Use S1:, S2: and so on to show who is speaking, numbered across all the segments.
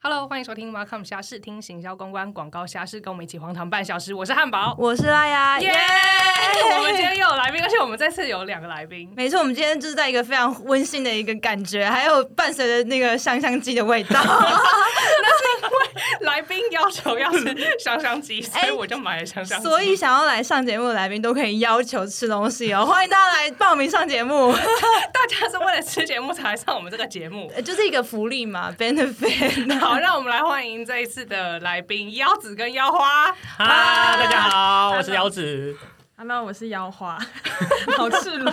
S1: Hello，欢迎收听 Welcome 侠士，听行销公关广告侠士，跟我们一起荒唐半小时。我是汉堡，
S2: 我是拉雅，
S1: 耶、我们今天又有来宾，而且我们这次有两个来 宾。
S2: 没错，我们今天就是在一个非常温馨的一个感觉，还有伴随着那个香香鸡的味道。
S1: 来宾要求要吃香香 鸡，所以我就买了香香鸡。
S2: 所以想要来上节目的来宾都可以要求吃东西哦，欢迎大家来报名上节 目，
S1: 大家是为了吃节目才来上我们这个节目。
S2: 呃就是一个福利嘛，benefit。
S1: 好，让我们来欢迎这一次的来宾腰子跟腰花。啊
S3: 哈，大家好，我是姚子。
S4: Hello，我是姚花，好赤裸。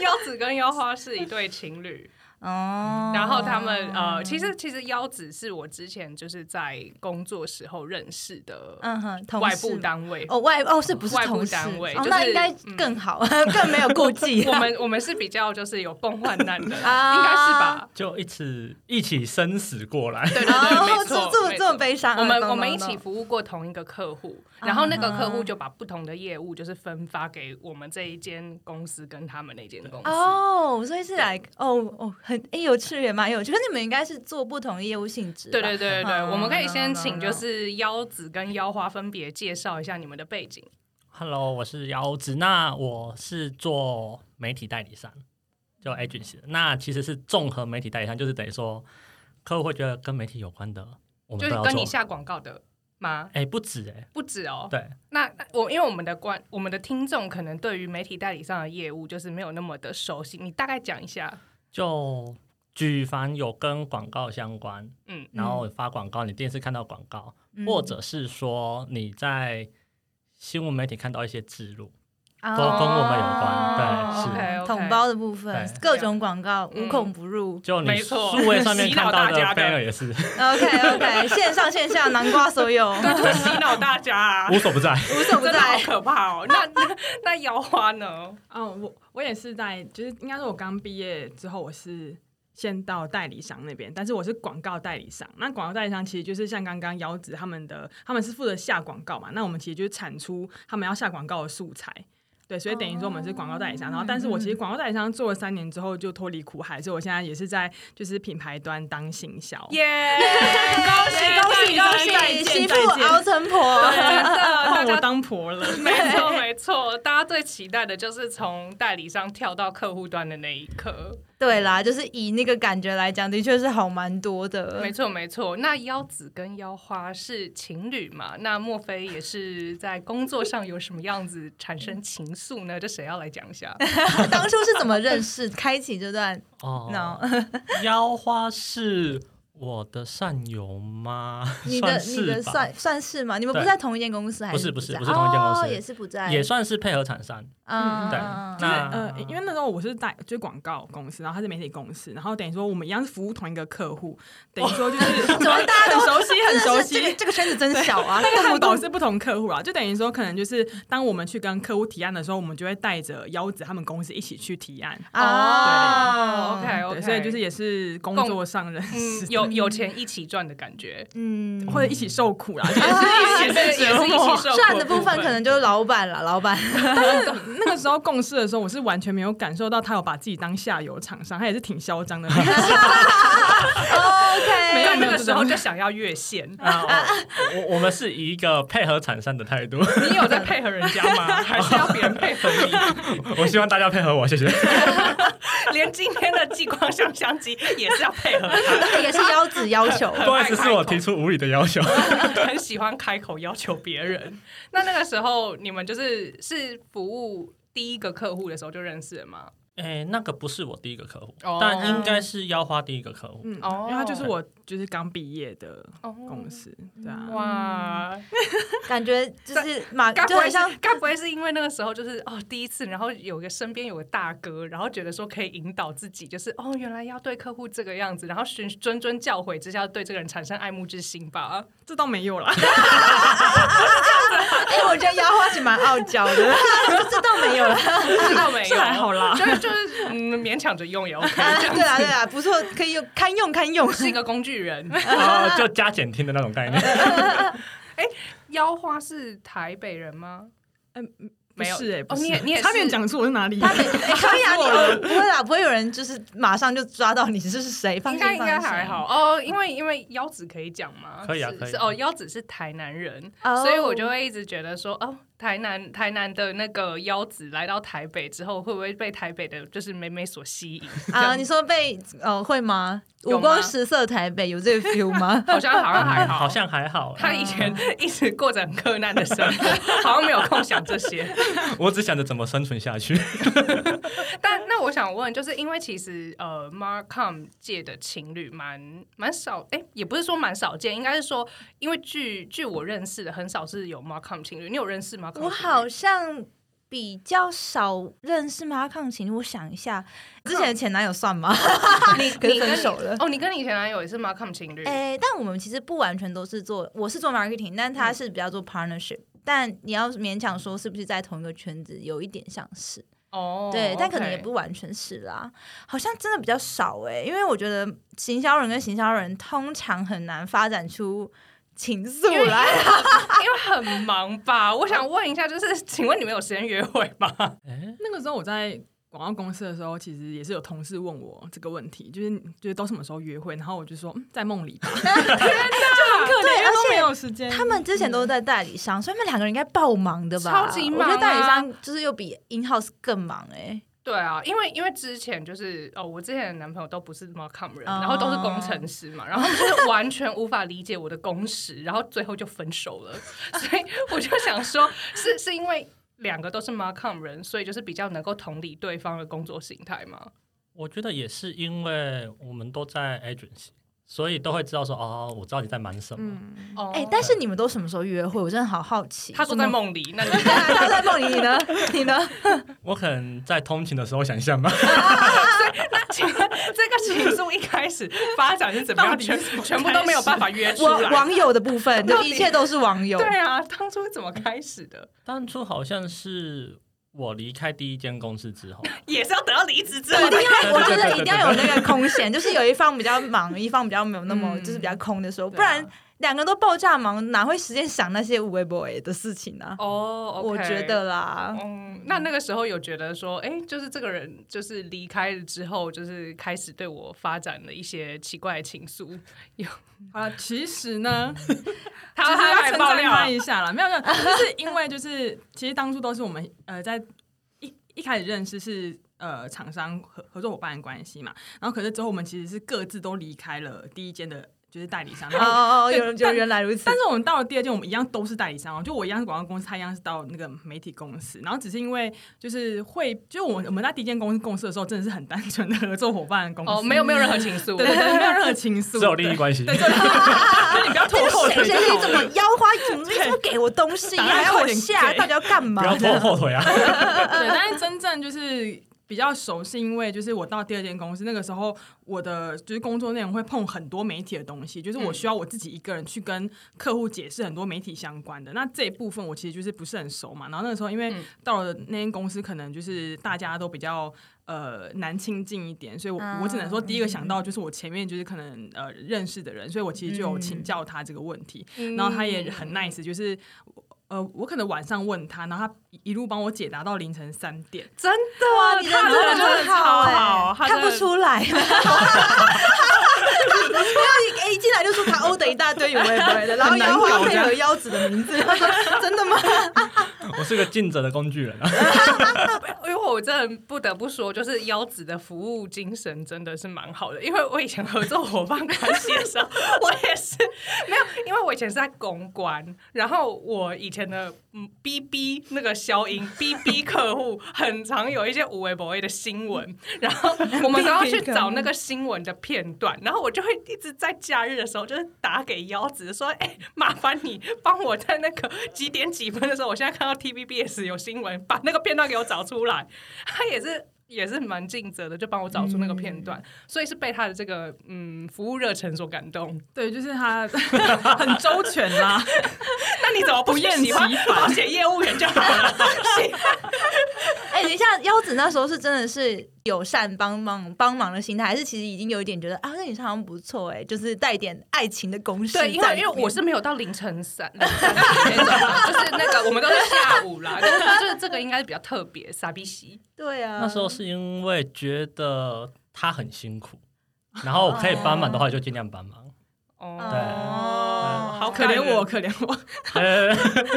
S1: 腰子跟腰花是一对情侣，
S2: 哦，
S1: 然后他们呃，其实其实腰子是我之前就是在工作时候认识的
S2: 嗯哼，同
S1: 外
S2: 事
S1: 部单位。
S2: 哦外哦是不是
S1: 外部
S2: 同事
S1: 单位
S2: 哦
S1: 就
S2: 那
S1: 是嗯
S2: 应该更好， 更没有顾忌。
S1: 我 们我们是比较就是有共患难的，应该是
S2: 啊
S1: 吧？
S3: 就一起一起生死过来，
S1: 对对
S2: 哦
S1: 对，没
S2: 这
S1: 错，
S2: 么这么
S1: 没
S2: 这
S1: 错
S2: 么悲伤啊，
S1: 我们
S2: 懂
S1: 我们
S2: 懂
S1: 一起
S2: 懂
S1: 服务过同一个客户，然后那个客户
S2: 啊
S1: 就把不同的业务就是分发给我们这一间公司跟他们那间公司。
S2: 哦，所以是来哦哦，很哎有趣也蛮有趣，可是你们应该是做不同的业务性质吧，
S1: 对对对对对，
S2: 嗯
S1: 我们可以
S2: 嗯
S1: 先
S2: 嗯
S1: 请
S2: 嗯
S1: 就是腰子跟腰花分别介绍一下你们的背景。
S3: Hello，我是姚子。那我是做媒体代理商，就 agency 的。那其实是综合媒体代理商，就是等于说客户会觉得跟媒体有关的，我
S1: 就
S3: 们
S1: 是
S3: 都要
S1: 跟你
S3: 做。
S1: 下广告的吗？
S3: 哎、不止哎、
S1: 不止哦。
S3: 对，
S1: 那那我因为我们的观，我们的听众可能对于媒体代理上的业务就是没有那么的熟悉，你大概讲一下。
S3: 就举凡有跟广告相关，
S1: 嗯，
S3: 然后发广告，你电视看到广告，
S2: 嗯
S3: 或者是说你在新闻媒体看到一些植入，
S2: 哦
S3: 都跟我们有关对是
S1: OK，OK
S2: 统包的部分，
S3: 对
S2: 各种广告
S1: 嗯
S2: 无孔不入。
S3: 就你
S1: 没错
S3: 数位上面
S1: 洗脑
S3: 看到
S1: 大家的
S3: banner 也是
S2: OK OK，线上线下南瓜所有，
S1: 对， 就是 洗脑大家啊，
S3: 无所不在。
S2: 无所不
S1: 真的好
S2: 在。
S1: 可怕 哦。那那那腰花呢？
S4: 嗯，我我也是在，就是应该说我刚毕业之后，我是先到代理商那边，但是我是广告代理商。那广告代理商其实就是像刚刚姚子他们的，他们是负责下广告嘛，那我们其实就是产出他们要下广告的素材。对，所以等于说我们是广告代理商，然后但是我其实广告代理商做了三年之后就脱离苦海，所以我现在也是在就是品牌端当行 销。
S1: 耶、
S2: 恭喜恭喜恭
S4: 再
S2: 喜，
S4: 见
S2: 媳妇
S4: 再见
S2: 熬成婆。
S1: 真的，大
S4: 换哦我
S1: 家
S4: 当婆了，
S1: 没错没错，大家最期待的就是从代理商跳到客户端的那一刻。
S2: 对啦，就是以那个感觉来讲，的确是好蛮多的
S1: 没。错没错，那腰子跟腰花是情侣嘛？那莫非也是在工作上有什么样子产生情愫呢？这谁要来讲一下？
S2: 当初是怎么认识、开启这段
S3: 哦
S2: no
S3: 腰花是我的善友吗？
S2: 你的
S3: 算
S2: 你的
S3: 是吧，
S2: 算算是吗？你们不
S3: 对
S2: 是在同一间公司还
S3: 不
S2: 是
S3: 是不是
S2: 在
S3: 不是同一间公司
S2: 哦也是不在，
S3: 也算是配合厂商。
S2: 嗯，
S3: 对
S2: 嗯嗯
S4: 就是
S3: 那
S4: 呃，因为那时候我是代就是广告公司，然后他是媒体公司，然后等于说我们一样是服务同一个客户，等于说就是
S2: 怎么大家都
S4: 很熟悉，很熟
S2: 这个
S4: 悉。
S2: 这个圈子真小啊，
S4: 那个
S2: 看不
S4: 汉堡
S2: 懂。
S4: 是不同客户啊，就等于说可能就是当我们去跟客户提案的时候，我们就会带着腰子他们公司一起去提案。
S2: 啊
S1: 哦，OK
S4: 对，
S1: OK，
S4: 所以就是也是工作上认识
S1: 嗯，，有有钱一起赚的感觉，
S2: 嗯，
S4: 或者一起受苦啦，就
S1: 也
S4: 是
S1: 啊是也
S4: 一 起
S1: 是一起受
S2: 赚
S1: 苦
S2: 的部分可能就是老板了，老板。
S4: 那个时候共事的时候，我是完全没有感受到他有把自己当下游厂商，他也是挺嚣张的那种。
S2: OK，
S4: 没有
S1: 但那个时候就想要越线。
S3: 啊，我我我们是以一个配合厂商的态 度，
S1: 你有在配合人家 吗？还是要别人配合你？
S3: 我希望大家配合我，谢谢。
S1: 连今天的激光香香机也是要配合 他，
S2: 也是腰子要 求。
S3: 不好意思，是我提出无理的要求。
S1: 很喜欢开口要求别人。那那个时候你们就是是服务第一个客户的时候就认识了吗？
S3: 哎，那个不是我第一个客户
S1: 哦，
S3: 但应该是腰花第一个客 户。
S4: 嗯，
S1: 哦
S4: 因为他就是我就是刚毕业的公司，对啊。
S1: 哇，
S2: 感觉就是马，
S1: 该不
S2: 就
S1: 会
S2: 很
S1: 是
S2: 像
S1: 该不会是因为那个时候就是哦第一次，然后有个身边有个大哥，然后觉得说可以引导自己，就是哦原来要对客户这个样子，然后谆谆谆教诲之下对这个人产生爱慕之心吧。
S4: 这倒没 有啦，
S2: 哎，我觉得腰花是蛮傲娇的， 这倒没有了。
S1: 那 没有，
S4: 还好啦
S1: 就是就是嗯勉强着用也 OK，
S2: 啊
S1: 这样
S2: 对啊，对啊，不错，可以用，堪用 堪用。
S1: 是一个工具人。
S3: 哦，就加减听的那种概念。
S1: 腰花是台北人吗？
S4: 嗯，不
S1: 没有
S4: 是哎、不
S1: 哦
S4: 是
S1: 你也你也
S4: 差点
S1: 是
S4: 讲出我是哪里
S2: 他
S4: 人。
S2: 们哎可以啊，你不会啦，不会有人就是马上就抓到你是谁，放
S1: 应
S2: 心
S1: 该应该
S2: 放心
S1: 还好哦，因为因为腰子可以讲吗？
S3: 可以啊
S1: 是
S3: 可以
S1: 是哦，腰子是台南人，
S2: 哦
S1: 所以我就会一直觉得说，哦，台南台南的那个腰子来到台北之后，会不会被台北的就是美美所吸 引？
S2: 啊。你说被呃会吗？
S1: 有吗？
S2: 五光十色台北有这个 feel 吗
S1: 好像好像还好，
S3: 好像还好欸。
S1: 他以前一直过着很困难的生 活，好像没有空想这些。
S3: 我只想着怎么生存下去。
S1: 但那我想问，就是因为其实呃，Markham 界的情侣蛮蛮少，哎、也不是说蛮少见，应该是说，因为据据我认识的，很少是有 Markham 情侣。你有认识 Markham？情
S2: 我好
S1: 侣
S2: 像比较少认识马抗琴，我想一下，之前的前男友算 吗？你可
S1: 你跟
S2: 是分
S1: 你
S2: 手了。
S1: 哦，你跟你前男友也是 Markham 情侣，
S2: 诶、但我们其实不完全都是做，我是做 marketing，但他是比较做 partnership、但你要勉强说是不是在同一个圈子，有一点像是，
S1: 哦，
S2: 对，但可
S1: OK
S2: 能也不完全是啦。好像真的比较少诶、因为我觉得行销人跟行销人通常很难发展出情
S1: 因为
S2: 愫来。
S1: 因为很忙吧。我想问一下，就是请问你们有时间约会吗？
S4: 那个时候我在广告公司的时候，其实也是有同事问我这个问题，就是就是都什么时候约会，然后我就说、嗯、在梦 里吧，
S2: 很可
S4: 因为
S2: 而
S4: 都没
S2: 且
S4: 有时间。
S2: 他们之前都是在代理商，所以他们两个人应该爆忙的吧？
S1: 嗯超级忙啊
S2: 我觉得代理商就是又比 in house 更忙哎、
S1: 对啊，因为因为之前就是哦，我之前的男朋友都不是 Markham 人，
S2: 哦
S1: 然后都是工程师嘛，然后他们就是完全无法理解我的工时，然后最后就分手了。 所以我就想说，是是因为两个都是 Markham 人，所以就是比较能够同理对方的工作形态嘛。
S3: 我觉得也是因为我们都在 agency，所以都会知道说哦，我知道你在忙什么。
S4: 嗯，
S1: 哦
S2: 哎、但是你们都什么时候约会？我真的好好奇。
S1: 他说在 梦里，那你
S2: 怎么，啊他在梦里，你 呢？你呢？
S3: 我可能在通勤的时候想象吧。
S1: 那请问这个情愫一开始发展是怎么
S4: 到
S1: 样？
S4: 底
S1: 全
S4: 是怎么
S1: 全部都没有办法约出
S2: 网
S1: 来。
S2: 网友的部分，
S1: 啊到
S2: 就
S1: 底
S2: 一切都是网友。
S1: 对啊，当初是怎么开始的？
S3: 当初好像是我离开第一间公司之后，
S1: 也是要等到离职之
S2: 对，
S1: 后
S2: 一定要，我觉
S3: 对对
S2: 得
S3: 对
S2: 一定要有那个空闲，就是有一方比较忙，一方比较没有那么，
S1: 嗯
S2: 就是比较空的时候，
S1: 对啊
S2: 不然两个都爆炸忙，哪会时间想那些无微不微的事情呢、
S1: 哦，OK
S2: 我觉得啦，
S1: 嗯，那那个时候有觉得说，哎、就是这个人就是离开了之后，就是开始对我发展了一些奇怪的情愫。
S4: 好了，其实呢，
S1: 他
S4: 其实
S1: 他
S4: 要
S1: 还
S4: 称
S1: 爆
S4: 赞
S1: 料
S4: 嗯他一下啦，没有没有，就是因为就是其实当初都是我们呃在一一开始认识是呃厂商合合作伙伴的关系嘛，然后可是之后我们其实是各自都离开了第一间的，就是代理商。
S2: 哦
S4: 然后
S2: 哦哦，
S4: 对
S2: 有有
S4: 但
S2: 原来如此
S4: 但。是我们到了第二间，我们一样都是代理商哦，就我一样是广告公司，他一样是到那个媒体公司。然后只是因为就是会，就是我们我们在第一间公司共事的时候，真的是很单纯的合作伙伴公司，
S1: 哦，没有没有任何情愫，
S4: 对对对，没有任何情愫，
S3: 只有利益关系。
S4: 对，对对，你不要拖后
S2: 谁
S4: 腿
S2: 谁
S4: 就
S2: 谁
S4: 好
S2: 怎
S4: 了
S2: 么。腰花？怎么一直不给我东西？
S4: 打
S2: 还要
S4: 快
S2: 我
S4: 点
S2: 下？
S4: 给
S2: 到底要干嘛
S3: 不要
S2: 呢？
S3: 拖后腿啊！
S4: 对，但是真正就是比较熟，是因为就是我到第二间公司那个时候，我的就是工作内容会碰很多媒体的东西，就是我需要我自己一个人去跟客户解释很多媒体相关的。那这一部分我其实就是不是很熟嘛。然后那个时候因为
S1: 嗯
S4: 到了那间公司，可能就是大家都比较。呃，难亲近一点，所以我、我只能说，第一个想到就是我前面就是可能呃认识的人，所以我其实就有请教他这个问题。
S1: 嗯
S4: 然后他也很 nice，就是呃，我可能晚上问他，然后他一路帮我解答到凌晨三点。
S1: 真哦的
S2: 哇，你
S1: 他
S2: 人
S1: 真的
S2: 真的
S1: 超好欸
S2: 哎，
S1: 他真
S2: 看不
S1: 的
S2: 出来。不要一哎一进来就说他欧的一大堆有为不为的，然后
S4: 很难
S2: 腰花
S4: 搞
S2: 配
S4: 这样
S2: 合腰子的名字，他说真的吗？
S3: 我是个尽责的工具人啊。
S1: 因为我真的不得不说，就是腰子的服务精神真的是蛮好的。因为我以前合作伙伴关系的时候，我也是没有，因为我以前是在公关，然后我以前的嗯 BB 那个消音 BB 客户，很常有一些无微不微的新闻，然后我们都要去找那个新闻的片段，然后我就会一直在假日的时候，就是打给腰子说，哎、麻烦你帮我在那个几点几分的时候，我现在看到 TVBS 有新闻，把那个片段给我找出来。他也是也是蛮尽责的，就帮我找出那个片段，所以是被他的这个嗯服务热忱所感动。
S4: 对，就是他 很周全啊啦，
S1: 那你怎么不
S4: 不厌
S1: 喜欢
S4: 其烦
S1: 保险业务员就好了？
S2: 哎，哎、等一下，腰子那时候是真的是友善帮忙帮忙的心态，还是其实已经有一点觉得啊，那女生好像不错哎、就是带一点爱情的攻势在
S1: 对，
S2: 里
S1: 因
S2: 面。
S1: 为因为我是没有到凌晨三那种啦，就是那个我们都是下午啦，就是就是这个应该是比较特别，傻逼西。
S2: 对啊，
S3: 那时候是因为觉得他很辛苦，然后可以帮忙的话就尽量帮忙。对
S1: 哦，
S2: 哦，
S1: 好
S4: 可怜我，可怜我。
S3: 呃，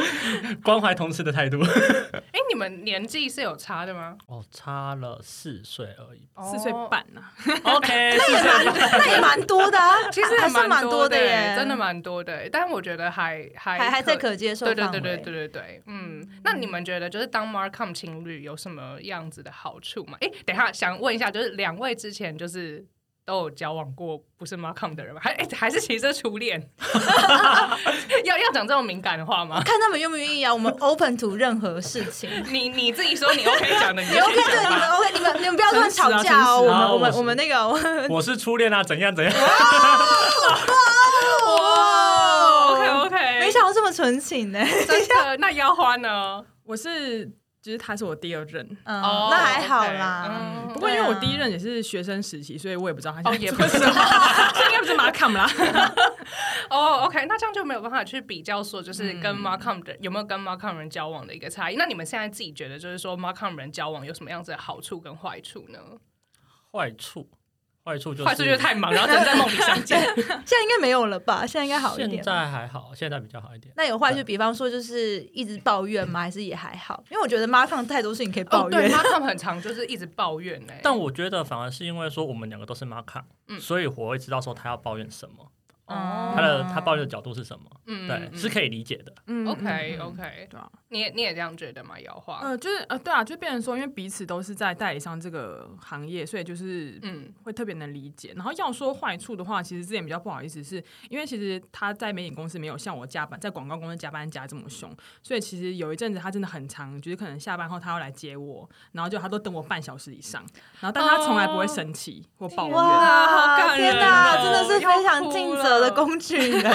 S3: 关怀同事的态度。
S1: 哎，你们年纪是有差的吗？
S3: 哦，差了四岁而已。
S4: 四岁
S1: 哦
S4: 半啊呐、
S3: OK，四岁半。
S2: 那也蛮多的啊，
S1: 其实
S2: 还是
S1: 蛮
S2: 多
S1: 的
S2: 耶，
S1: 真的蛮多的耶。但我觉得还还
S2: 还还在
S1: 可
S2: 可接受
S1: 对
S2: 范
S1: 对
S2: 围。
S1: 对对对对对，嗯。那你们觉得就是当 Markham 情侣有什么样子的好处吗？哎，等一下想问一下，就是两位之前就是。都有交往过不是 Markham 的人吗？还诶还是其实是初恋？ 要 要讲这种敏感的话吗？
S2: 看他们愿不愿意啊，我们 open to 任何事 情。
S1: 你你自己说你 OK 讲的，你就
S2: 你 OK
S1: 先
S2: 的，
S1: 讲
S2: 你们
S1: 吧。
S2: OK，你们你们不要乱吵架哦。
S4: 诚
S2: 我
S3: 啊诚实
S4: 实
S3: 啊
S2: 们我们
S3: 我是
S2: 我 们那个，哦
S3: 我是初恋啊，怎样怎样？
S2: 哇
S1: OK OK，
S2: 没想到这么纯情呢。
S1: 真的。那腰花呢？
S4: 我是，就是他是我第二任，
S2: 嗯，
S1: 哦
S2: 那还好
S1: OK，
S2: 啦。
S1: 嗯
S4: 不过因为
S2: 对啊
S4: 我第一任也是学生时期，所以我也不知道他
S1: 哦
S4: 现在
S1: 也
S4: 做
S1: 不知
S4: 什 么，所以应该不是马卡姆啦。
S1: 哦、o k 那这样就没有办法去比较说，
S3: 嗯
S1: 就是跟 Markham 人、有没有跟 Markham 人交往的一个差异。那你们现在自己觉得，就是说 Markham 人交往有什么样子的好处跟坏处呢？
S3: 坏处，坏处就是
S1: 坏处就是太忙，然后只能在梦里相见。
S2: 现在应该没有了吧？现在应该好一
S3: 现
S2: 点。
S4: 啊
S3: 在还好，现在比较好一点。
S2: 那有坏就比方说就是一直抱怨吗？还是也还好？因为我觉得妈放太多事情可以
S1: 哦，
S2: 抱
S1: 对
S2: 怨。
S1: ，Markham 很常就是一直抱怨哎、
S3: 但我觉得反而是因为说我们两个都是 mark，、啊
S1: 嗯
S3: 所以我会知道说他要抱怨什么，
S1: 哦
S3: 他的他抱怨的角度是什么，
S1: 嗯
S3: 对，是可以理解的。
S4: 嗯
S1: OK
S4: 嗯嗯
S1: OK，
S4: 对啊，
S1: 你也你也这样觉得吗？姚花？
S4: 呃，就是呃，对啊，就变成说，因为彼此都是在代理商这个行业，所以就是
S1: 嗯，
S4: 会特别能理解。然后要说坏处的话，其实之前比较不好意思是，因为其实他在媒体公司没有像我加班，在广告公司加班加这么凶，所以其实有一阵子他真的很长，就是可能下班后他要来接我，然后就他都等我半小时以上，然后但他从来不会生气或抱怨。
S2: 哦
S1: 哇好感人
S2: 天哪，
S1: 哦
S2: 真的是非
S1: 要
S2: 常
S1: 哭
S2: 尽责的
S1: 了
S2: 工具 人，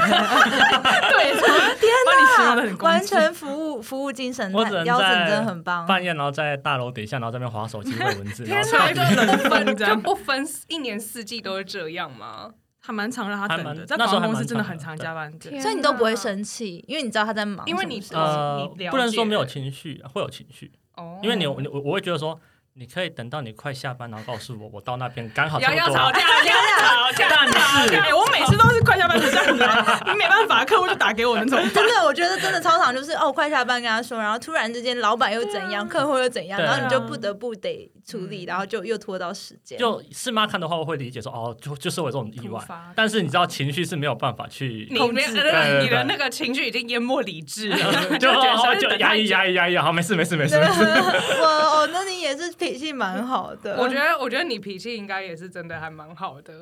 S4: 对，天把你形容的
S2: 完
S4: 很公正。
S2: 全服务服务精神，
S3: 我只能
S2: 腰子
S3: 在
S2: 真的很棒。
S3: 半夜然后在大楼底下，然后在那边划手 机、喂文字，然后
S1: 哦哪，
S3: 看
S1: 就冷分就不分一年四季都是这样吗？
S4: 还蛮常让他等
S3: 还
S4: 的，
S3: 蛮
S4: 在
S3: 那时候
S4: 广告
S3: 还
S4: 公司
S3: 蛮
S4: 真的
S3: 常
S4: 很
S3: 的
S4: 常
S3: 对
S4: 加班，对
S1: 天
S2: 所以你都不会
S1: 哪
S2: 生气，因为你知道他在忙什
S1: 因
S2: 么事。
S1: 为你是
S3: 呃
S1: 你了解，
S3: 不能说没有情绪，会有情绪，
S1: 哦
S3: 因为你我我我会觉得说，你可以等到你快下班，然后告诉我，我到那边刚好差
S1: 要
S3: 不
S1: 要
S3: 多
S1: 吵
S3: 啊。
S1: 架， 要吵架，
S3: 但是
S4: 哎对，我每次都是快下班才这样子啊，你没办法，客户就打给我那种。
S2: 真的，我觉得真的超常就是哦，快下班跟他说，然后突然之间老板又怎样，客户又怎样，
S3: 对啊
S2: 然后你就不得不得处理，然后就又拖到时间。
S3: 就是妈看的话，我会理解说哦，就就是我这种意
S4: 突
S3: 外
S4: 发，
S3: 但是你知道情绪是没有办法去
S1: 你
S4: 控制
S1: 连
S4: 对
S3: 对
S1: 你的
S3: 对
S1: 呃那个情绪已经淹没理智了，
S3: 就
S1: 觉得
S3: 哦
S1: 是
S3: 就
S1: 等
S3: 压
S1: 太
S3: 抑
S1: 久
S3: 压抑压抑，好，没事没事没事
S2: 对，。 我哦，那你也是脾气蛮好的。
S1: 我觉得，我觉得你脾气应该也是真的还蛮好的。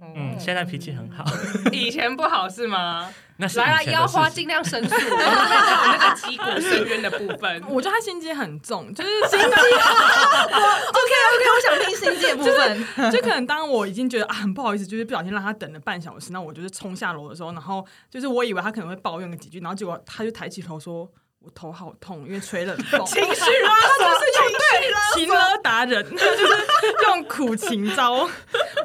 S3: 嗯，
S1: 嗯，
S3: 现在脾气很好，
S1: 以前不好是吗？
S3: 那是以
S1: 来
S3: 前
S1: 来，
S3: 的
S1: 腰花
S3: 事情
S1: 尽量申 诉，我们那个击鼓深渊的部分。
S4: 我觉得他心机很重，就是心
S2: OK OK，我想听心机的部分。
S4: 就可能当我已经觉得啊很不好意思，就是不小心让他等了半小时，那我就是冲下楼的时候，然后就是我以为他可能会抱怨个几句，然后结果他就抬起头说：“我头好痛，因为吹冷 风。”
S1: 情绪啦，
S4: 情勒达人，就是用苦情招。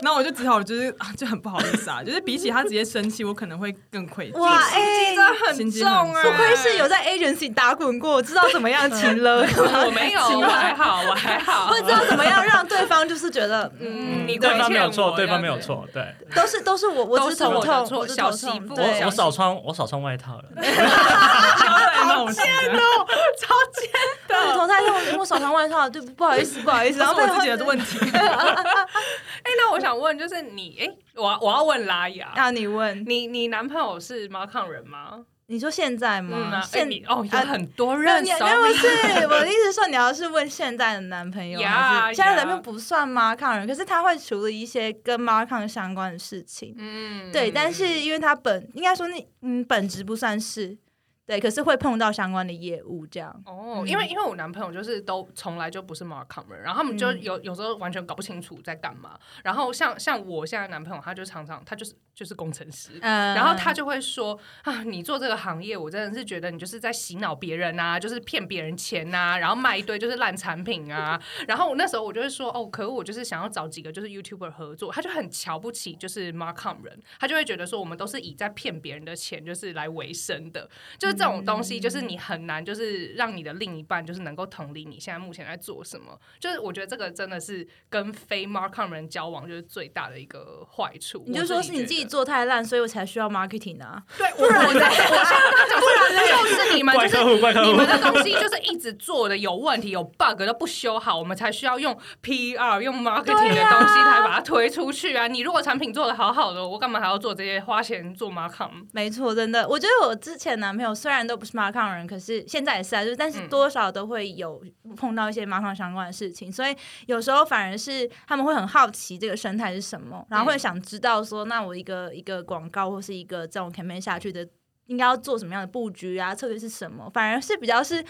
S4: 然后我就只好就是啊，就很不好意思啊，就是比起他直接生气，我可能会更愧疚。
S2: 哇，
S1: 心
S2: 哎
S1: 机，真的很
S4: 心机
S1: 重
S4: 很
S1: 啊！
S4: 重
S2: 不愧是有在 agency 打滚过，知道怎么样情 了，
S1: 哦我没有，我还好，我还好
S2: 不。知道怎么样让对方就是觉得嗯。
S1: 嗯，你
S3: 对
S1: 亏
S3: 方没有
S1: 欠
S3: 错，
S1: 我
S3: 对方没有
S1: 这样子。
S3: 错，对。
S2: 都是都是我，我
S1: 都
S2: 是
S1: 是我
S2: 头
S1: 的
S2: 痛，
S1: 错
S2: 我是
S1: 小
S2: 头
S1: 媳
S2: 痛
S1: 妇
S2: 对
S1: 小
S3: 我少穿我少穿外套了，
S4: 交代那种
S1: 超级
S2: 对，头太痛，我手上外套，对，不好意思，不好意思，
S4: 然
S2: 然
S4: 后
S2: 后
S4: 我自己的问 题。
S1: 哎，那我想问，就是你，哎，我要我要问拉雅，
S2: 啊让你问，
S1: 你你男朋友是马抗人吗？
S2: 你说现在
S1: 嗯
S2: 吗？
S1: 啊，
S2: 现
S1: 哎你哦，有
S2: 啊
S1: 很多
S2: 那
S1: 人，
S2: 你
S1: sorry
S2: 那不 是我的意思，说你要是问现在的男朋友，
S1: 呀
S2: 还是现在的
S1: 呀
S2: 男朋友不算妈抗人，可是他会处理一些跟妈抗相关的事情。
S1: 嗯
S2: 对，但是因为他本应该说那嗯本职不算是对，可是会碰到相关的业务这样。
S1: 哦，因为因为我男朋友就是都从来就不是 Markham 人，然后他们就有有时候完全搞不清楚在干嘛。然后像像我现在男朋友，他就常常他就是就是工程师，
S2: 嗯
S1: 然后他就会说啊，你做这个行业，我真的是觉得你就是在洗脑别人啊，就是骗别人钱啊，然后卖一堆就是烂产品啊。然后我那时候我就会说，哦，可是我就是想要找几个就是 YouTuber 合作，他就很瞧不起就是 Markham 人，他就会觉得说我们都是以在骗别人的钱就是来为生的，就是这种东西，就是你很难就是让你的另一半就是能够同理你现在目前在做什么。就是我觉得这个真的是跟非 Markham 人交往就是最大的一个坏处。
S2: 你就说是你自
S1: 我觉
S2: 己
S1: 得
S2: 做太烂，所以我才需要 marketing 啊。
S1: 对，我我在我现在刚讲说，就是你们就
S3: 怪
S1: 是
S3: 客。户，怪客
S1: 你
S3: 户
S1: 们。的东西就是一直做的有问题、有 bug 都不修好，我们才需要用 PR、用 marketing
S2: 对
S1: 的
S2: 啊
S1: 东西才把它推出去啊！你如果产品做的好好的，我干嘛还要做这些花钱做 marketing？
S2: 没错，真的，我觉得我之前男朋友虽然都不是马抗人，可是现在也是啊，就是但是
S1: 嗯
S2: 多少都会有碰到一些马抗相关的事情，所以有时候反而是他们会很好奇这个生态是什么，然后
S1: 嗯
S2: 会想知道说，那我一个一个广告或是一个这种 campaign 下去的，应该要做什么样的布局啊，策略是什么，反而是比较是。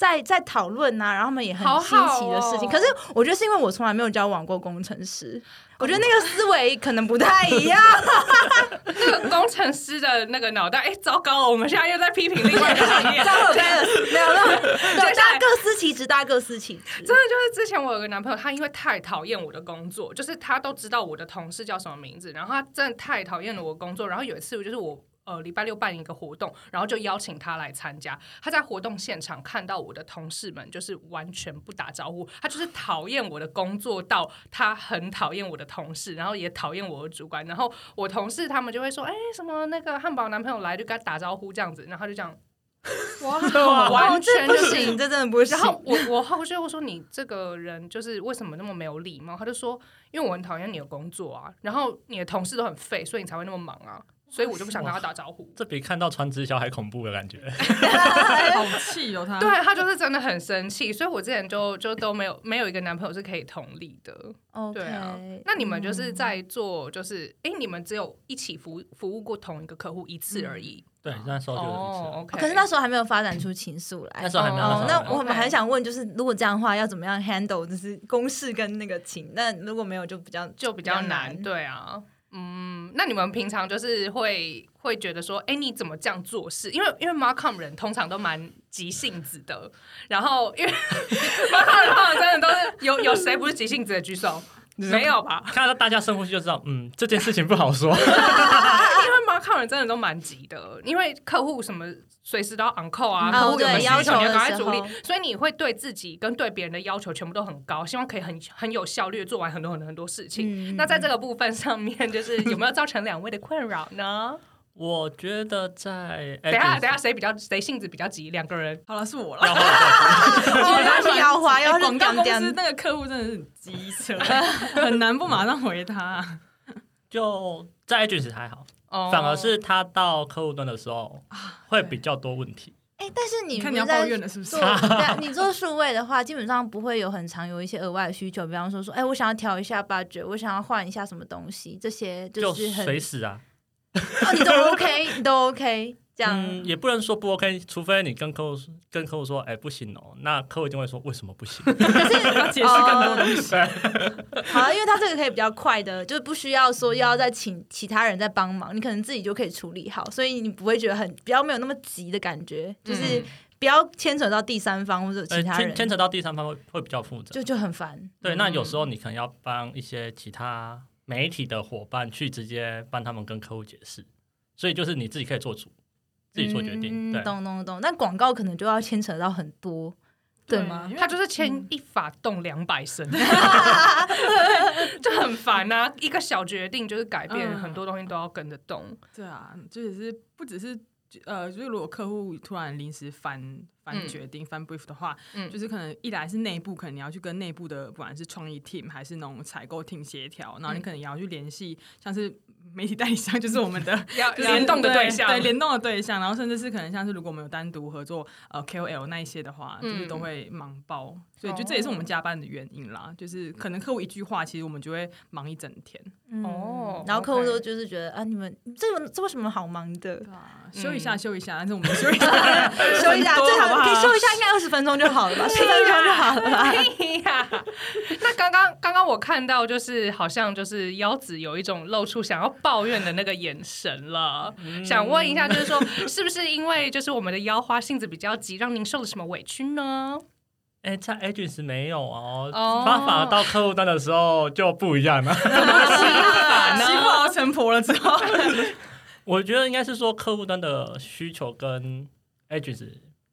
S2: 在在讨论呐，然后他们也很
S1: 好
S2: 新
S1: 好
S2: 奇的事情。
S1: 哦
S2: 可是我觉得是因为我从来没有交往过工程师，我觉得
S1: 哦
S2: 那个思维可能不太一样。
S1: 那个工程师的那个脑袋，哎、糟糕，我们现在又在批评另外一个行 业。
S2: 大概没有 那种，对，
S1: 接下
S2: 大
S1: 来
S2: 各司其职，大各司其职。
S1: 真的就是之前我有个男朋友，他因为太讨厌我的工作，就是他都知道我的同事叫什么名字，然后他真的太讨厌了我的工作。然后有一次，就是我呃礼拜六办一个活动，然后就邀请他来参加。他在活动现场看到我的同事们就是完全不打招呼，他就是讨厌我的工作到他很讨厌我的同事，然后也讨厌我的主管。然后我同事他们就会说：“哎、什么那个汉堡男朋友来就跟他打招呼这样子。”然后他就这样。哇，完全
S2: 不
S1: 就是
S2: 哦行，这真的不行。
S1: 然后我我后续我说你这个人就是为什么那么没有礼貌？他就说因为我很讨厌你的工作啊，然后你的同事都很废，所以你才会那么忙啊，所以我就不想跟他打 招呼。
S3: 这比看到传直销还恐怖的感觉。
S4: 好气哦他。
S1: 对他就是真的很生气，所以我之前就就都没有没有一个男朋友是可以同理的。对啊
S2: OK，嗯
S1: 那你们就是在做就是哎、诶你们只有一起服服务过同一个客户一次而已。
S3: 对，那
S2: 嗯
S3: 时候就有一次啊
S1: 哦
S3: 了，
S1: ，OK，
S2: 可是那时候还没有发展出情愫来。
S3: 那时候还没有
S2: 哦
S3: 那，时
S2: 那
S3: 候还没有
S2: 我们
S1: OK
S2: 很想问，就是如果这样的话，要怎么样 handle 就是公事跟那个情？那如果没有，就比较
S1: 就比较难，
S2: 比较
S1: 对啊。嗯，那你们平常就是会会觉得说，哎、你怎么这样做事？因为因为 Markham 人通常都蛮急性子的，然后因为 Markham 人通常真的都是有有谁不是急性子的举 手？没有吧？
S3: 看到大家深呼吸就知道，嗯，这件事情不好说。
S1: 因为 Markham 人真的都蛮急的，因为客户什么随时都要 on call 啊，
S2: 哦
S1: 客户有没有
S2: 对要
S1: 需
S2: 求
S1: 求你
S2: 的
S1: 要赶快处
S2: 时候
S1: 理，所以你会对自己跟对别人的要求全部都很高，希望可以很很有效率地做完很多很多很多事情。
S2: 嗯
S1: 那在这个部分上面，就是有没有造成两位的困扰呢？
S3: 我觉得在
S1: 等一下，等一下，，谁比较谁性子比较急？两个人
S4: 好了，是我了。
S3: 要换
S2: 哦，那是摇滑，要
S4: 哎
S2: 是
S4: 广告公
S2: 这样
S4: 司那个客户真的是很机车， 很难不马上回他。啊
S3: 就在 agency 还好，
S1: 哦
S3: 反而是他到客户端的时候会比较多问题。
S2: 哎，但是你
S4: 看
S2: 不
S4: 你要
S2: 是
S4: 抱
S2: 在
S4: 怨了是不是
S2: 做？对啊你做数位的话，基本上不会有很常有一些额外的需求，比方说说，哎，我想要调一下 budget，我想要换一下什么东西，这些
S3: 就是
S2: 很
S3: 随时啊，
S2: 哦， 你都 OK，你都 OK，这样、
S3: 嗯，也不能说不 OK，除非你跟客户跟客户说，哎，不行哦，那客户一定会说为什么 不行？
S4: 要解释更多东西。
S2: 好啊，因为他这个可以比较快的，就是不需要说要再请其他人再帮忙，你可能自己就可以处理好，所以你不会觉得很比较没有那么急的感觉，就
S4: 嗯
S2: 是不要牵扯到第三方或者
S3: 嗯呃
S2: 其，他
S3: 牵
S2: 人，
S3: 牵扯到第三方会会比较复杂
S2: 就。嗯就很烦。
S3: 对，那有时候你可能要帮一些其他媒体的伙伴去直接帮他们跟客户解释，所以就是你自己可以做主，自己做决
S2: 嗯
S3: 定。对，
S2: 懂懂懂。但广告可能就要牵扯到很多，对吗？
S4: 因为
S1: 他就是牵一发动两百 身， 就很烦呐、啊。一个小决定就是改变
S4: 嗯
S1: 很多东西都要跟着动。
S4: 对啊，就只是不只是呃，就是如果客户突然临时翻翻
S1: 嗯
S4: 决定、翻 brief 的话，
S1: 嗯
S4: 就是可能一来是内部，可能你要去跟内部的不管是创意 team 还是那种采购 team 协调，然后你
S1: 嗯
S4: 可能也要去联系，像是媒体代理商，就是我们的。
S1: 要
S4: 就是
S1: 联动的对象，
S4: 对联动的对象，然后甚至是可能像是如果我们有单独合作呃 KOL 那一些的话，就是
S1: 嗯
S4: 都会忙爆，所以就
S1: 哦
S4: 这也是我们加班的原因啦。就是可能客户一句话，其实我们就会忙一整天。
S2: 嗯
S1: 哦
S2: 然后客户
S1: OK
S2: 都就是觉得啊，你们这个这为什么好忙的？
S4: 对啊，
S1: 嗯
S4: 修一下，修一下，但是我们修一下，
S2: 修一下，
S4: 很多
S2: 最
S4: 好不
S2: 好
S4: 好
S2: 可以修一下，应该二十分钟就好了 吧，十分钟就好了吧。
S1: 哎呀，那刚刚刚刚我看到就是好像就是腰子有一种露出想要抱怨的那个眼神了。想问一下，就是说，是不是因为就是我们的腰花性子比较急，让您受了什么委屈呢？
S3: 哎，在 agents 没有哦，
S1: 哦
S3: 发法到客户端的时候就不一样了。
S4: 媳妇熬成婆了之后，
S3: 我觉得应该是说客户端的需求跟 agents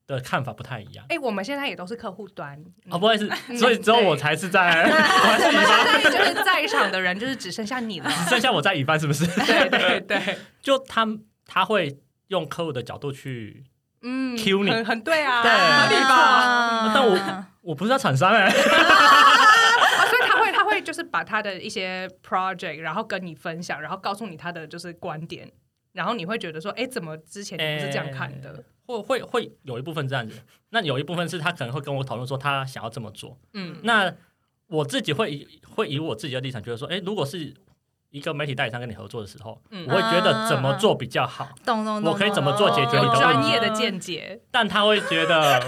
S3: 的看法不太一样。
S1: 哎、我们现在也都是客户端，嗯
S3: 哦，不好意思，所以只有我才 是在，我
S1: 我
S3: 还是
S1: 们
S3: 乙
S1: 现在
S3: 方，
S1: 就是在场的人，就是只剩下你了。
S3: 只剩下我在乙方，是不是？
S1: 对对对，
S3: 就他他会用客户的角度去，
S1: 嗯
S3: Cue 你
S1: 很很对啊，
S3: 对
S1: 合理吧？
S2: 啊
S3: 但我我不是要厂商哎，
S1: 啊所以他会他会就是把他的一些 project，然后跟你分享，然后告诉你他的就是观点，然后你会觉得说，哎、怎么之前你不是这样看的？
S3: 会会会有一部分这样子，那有一部分是他可能会跟我讨论说他想要这么做，
S1: 嗯
S3: 那我自己会以会以我自己的立场觉得说，哎，如果是一个媒体代理商跟你合作的时候，
S1: 嗯
S3: 我会觉得怎么做比较好，
S2: 懂懂懂，
S3: 我可以怎么做解决你的
S1: 有
S3: 问题
S1: 专业的见解，
S3: 但他会觉 得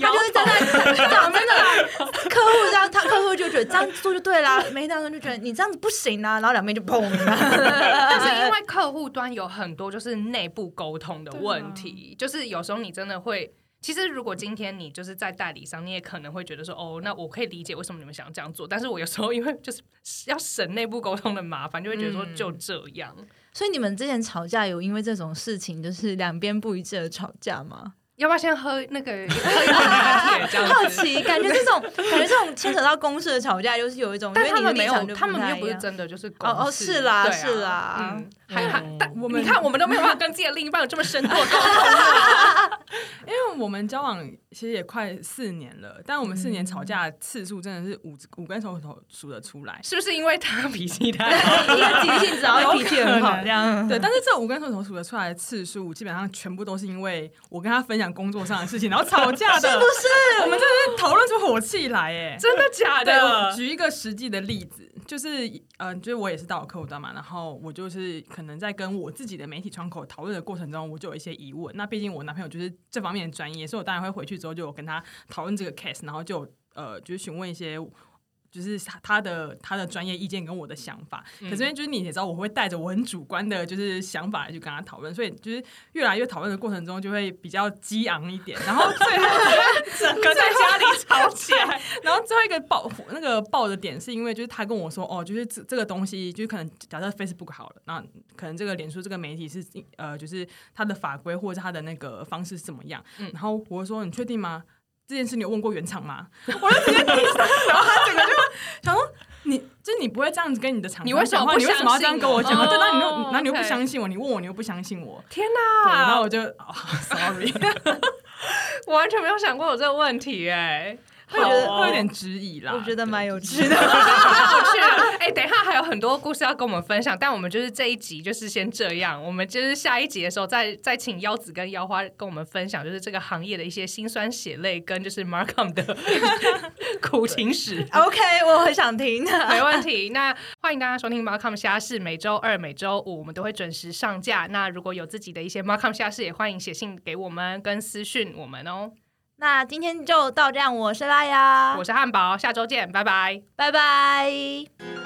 S2: 他就是真的讲 真的，客户这样，他客户就觉得这样做就对啦，没当人就觉得你这样子不行啊，然后两边就砰。啊
S1: 但 是因为客户端有很多就是内部沟通的问题，就是有时候你真的会。其实，如果今天你就是在代理商，你也可能会觉得说，哦，那我可以理解为什么你们想这样做。但是我有时候因为就是要省内部沟通的麻烦，就会觉得说
S4: 嗯
S1: 就这样，
S2: 所以你们之前吵架有因为这种事情，就是两边不一致而吵架吗？
S1: 要不要先喝那个喝一口拿铁这样子？
S2: 好奇，感觉这种感觉这种牵扯到公事的吵架，就是有一种，
S1: 但
S2: 因为
S1: 他
S2: 你的
S1: 们
S2: 立
S1: 没
S2: 场
S1: 有，
S2: 就
S1: 他们
S2: 太
S1: 又不
S2: 一
S1: 是
S2: 样
S1: 真的就是公
S2: 哦哦
S1: 事
S2: 是啦
S1: 对啊
S2: 是啦
S1: 嗯，还还
S3: 嗯，
S1: 但
S4: 我们
S1: 你看我们都 没有办法跟自己的另一半有这么深度 的沟通，
S4: 因为我们交往其实也快四年了，但我们四年吵架的次数真的是五五根手指头数得出来。
S1: 是不是因为他脾气太好？
S2: 对，一个急性子，然后脾气很好这样。
S4: 对，但是这五根手指头数得出来的次数，基本上全部都是因为我跟他分享工作上的事情，然后吵架 的，是不是？我们真的是讨论出火气来，哎，
S1: 真的假
S4: 对，我
S1: 的？
S4: 举一个实际的例子，就是嗯，就是我也是到我客户端嘛，然后我就是可能在跟我自己的媒体窗口讨论的过程中，我就有一些疑问。那毕竟我男朋友就是这方面的专业，所以我当然会回去之后就有跟他讨论这个 case，然后就呃，就是询问一些。就是他他的他的专业意见跟我的想法，可是因
S1: 嗯
S4: 为就是你也知道，我会带着我很主观的，就是想法去跟他讨论，所以就是越来越讨论的过程中，就会比较激昂一点，然后最后
S1: 整个在家里吵起来，
S4: 然后最后一个爆那个爆的点是因为就是他跟我说哦，就是这这个东西，就是可能假设 Facebook 好了，那可能这个脸书这个媒体是呃，就是它的法规或者是它的那个方式是怎么样？
S1: 嗯
S4: 然后我就说你确定吗？这件事你有问过原厂吗？ 我就直接提出来，然后他整个就想说。你就是你不会这样子跟你的厂
S1: 你
S4: 商
S1: 为什
S4: 讲
S1: 么
S4: 话，
S1: 不
S4: 你为什么要这样跟我讲话？
S1: 相信
S4: 对，那你又
S1: 哦
S4: 那你又不
S1: OK
S4: 相信我，你问我你又不相信我，
S1: 天
S4: 对，然
S1: 哪！
S4: 后我就哦，sorry，
S1: 我完全没有想过有这个问题哎，
S4: 会觉得
S1: 好哦
S4: 会有点质疑啦。
S2: 我觉得
S4: 对
S2: 蛮有趣的，
S1: 好有趣啊！ 哎，等一下还有很多故事要跟我们分享，但我们就是这一集就是先这样，我们就是下一集的时候再再请腰子跟腰花跟我们分享，就是这个行业的一些辛酸血泪跟就是 Markham 的苦情史。
S2: OK，我很想听。
S1: 没问题。那欢迎大家收听《Markham 虾事》，每周二、每周五我们都会准时上架。那如果有自己的一些 Markham 虾事，也欢迎写信给我们跟私讯我们哦。
S2: 那今天就到这样，我是拉雅
S1: 我，是汉堡，下周见，拜拜。
S2: 拜拜。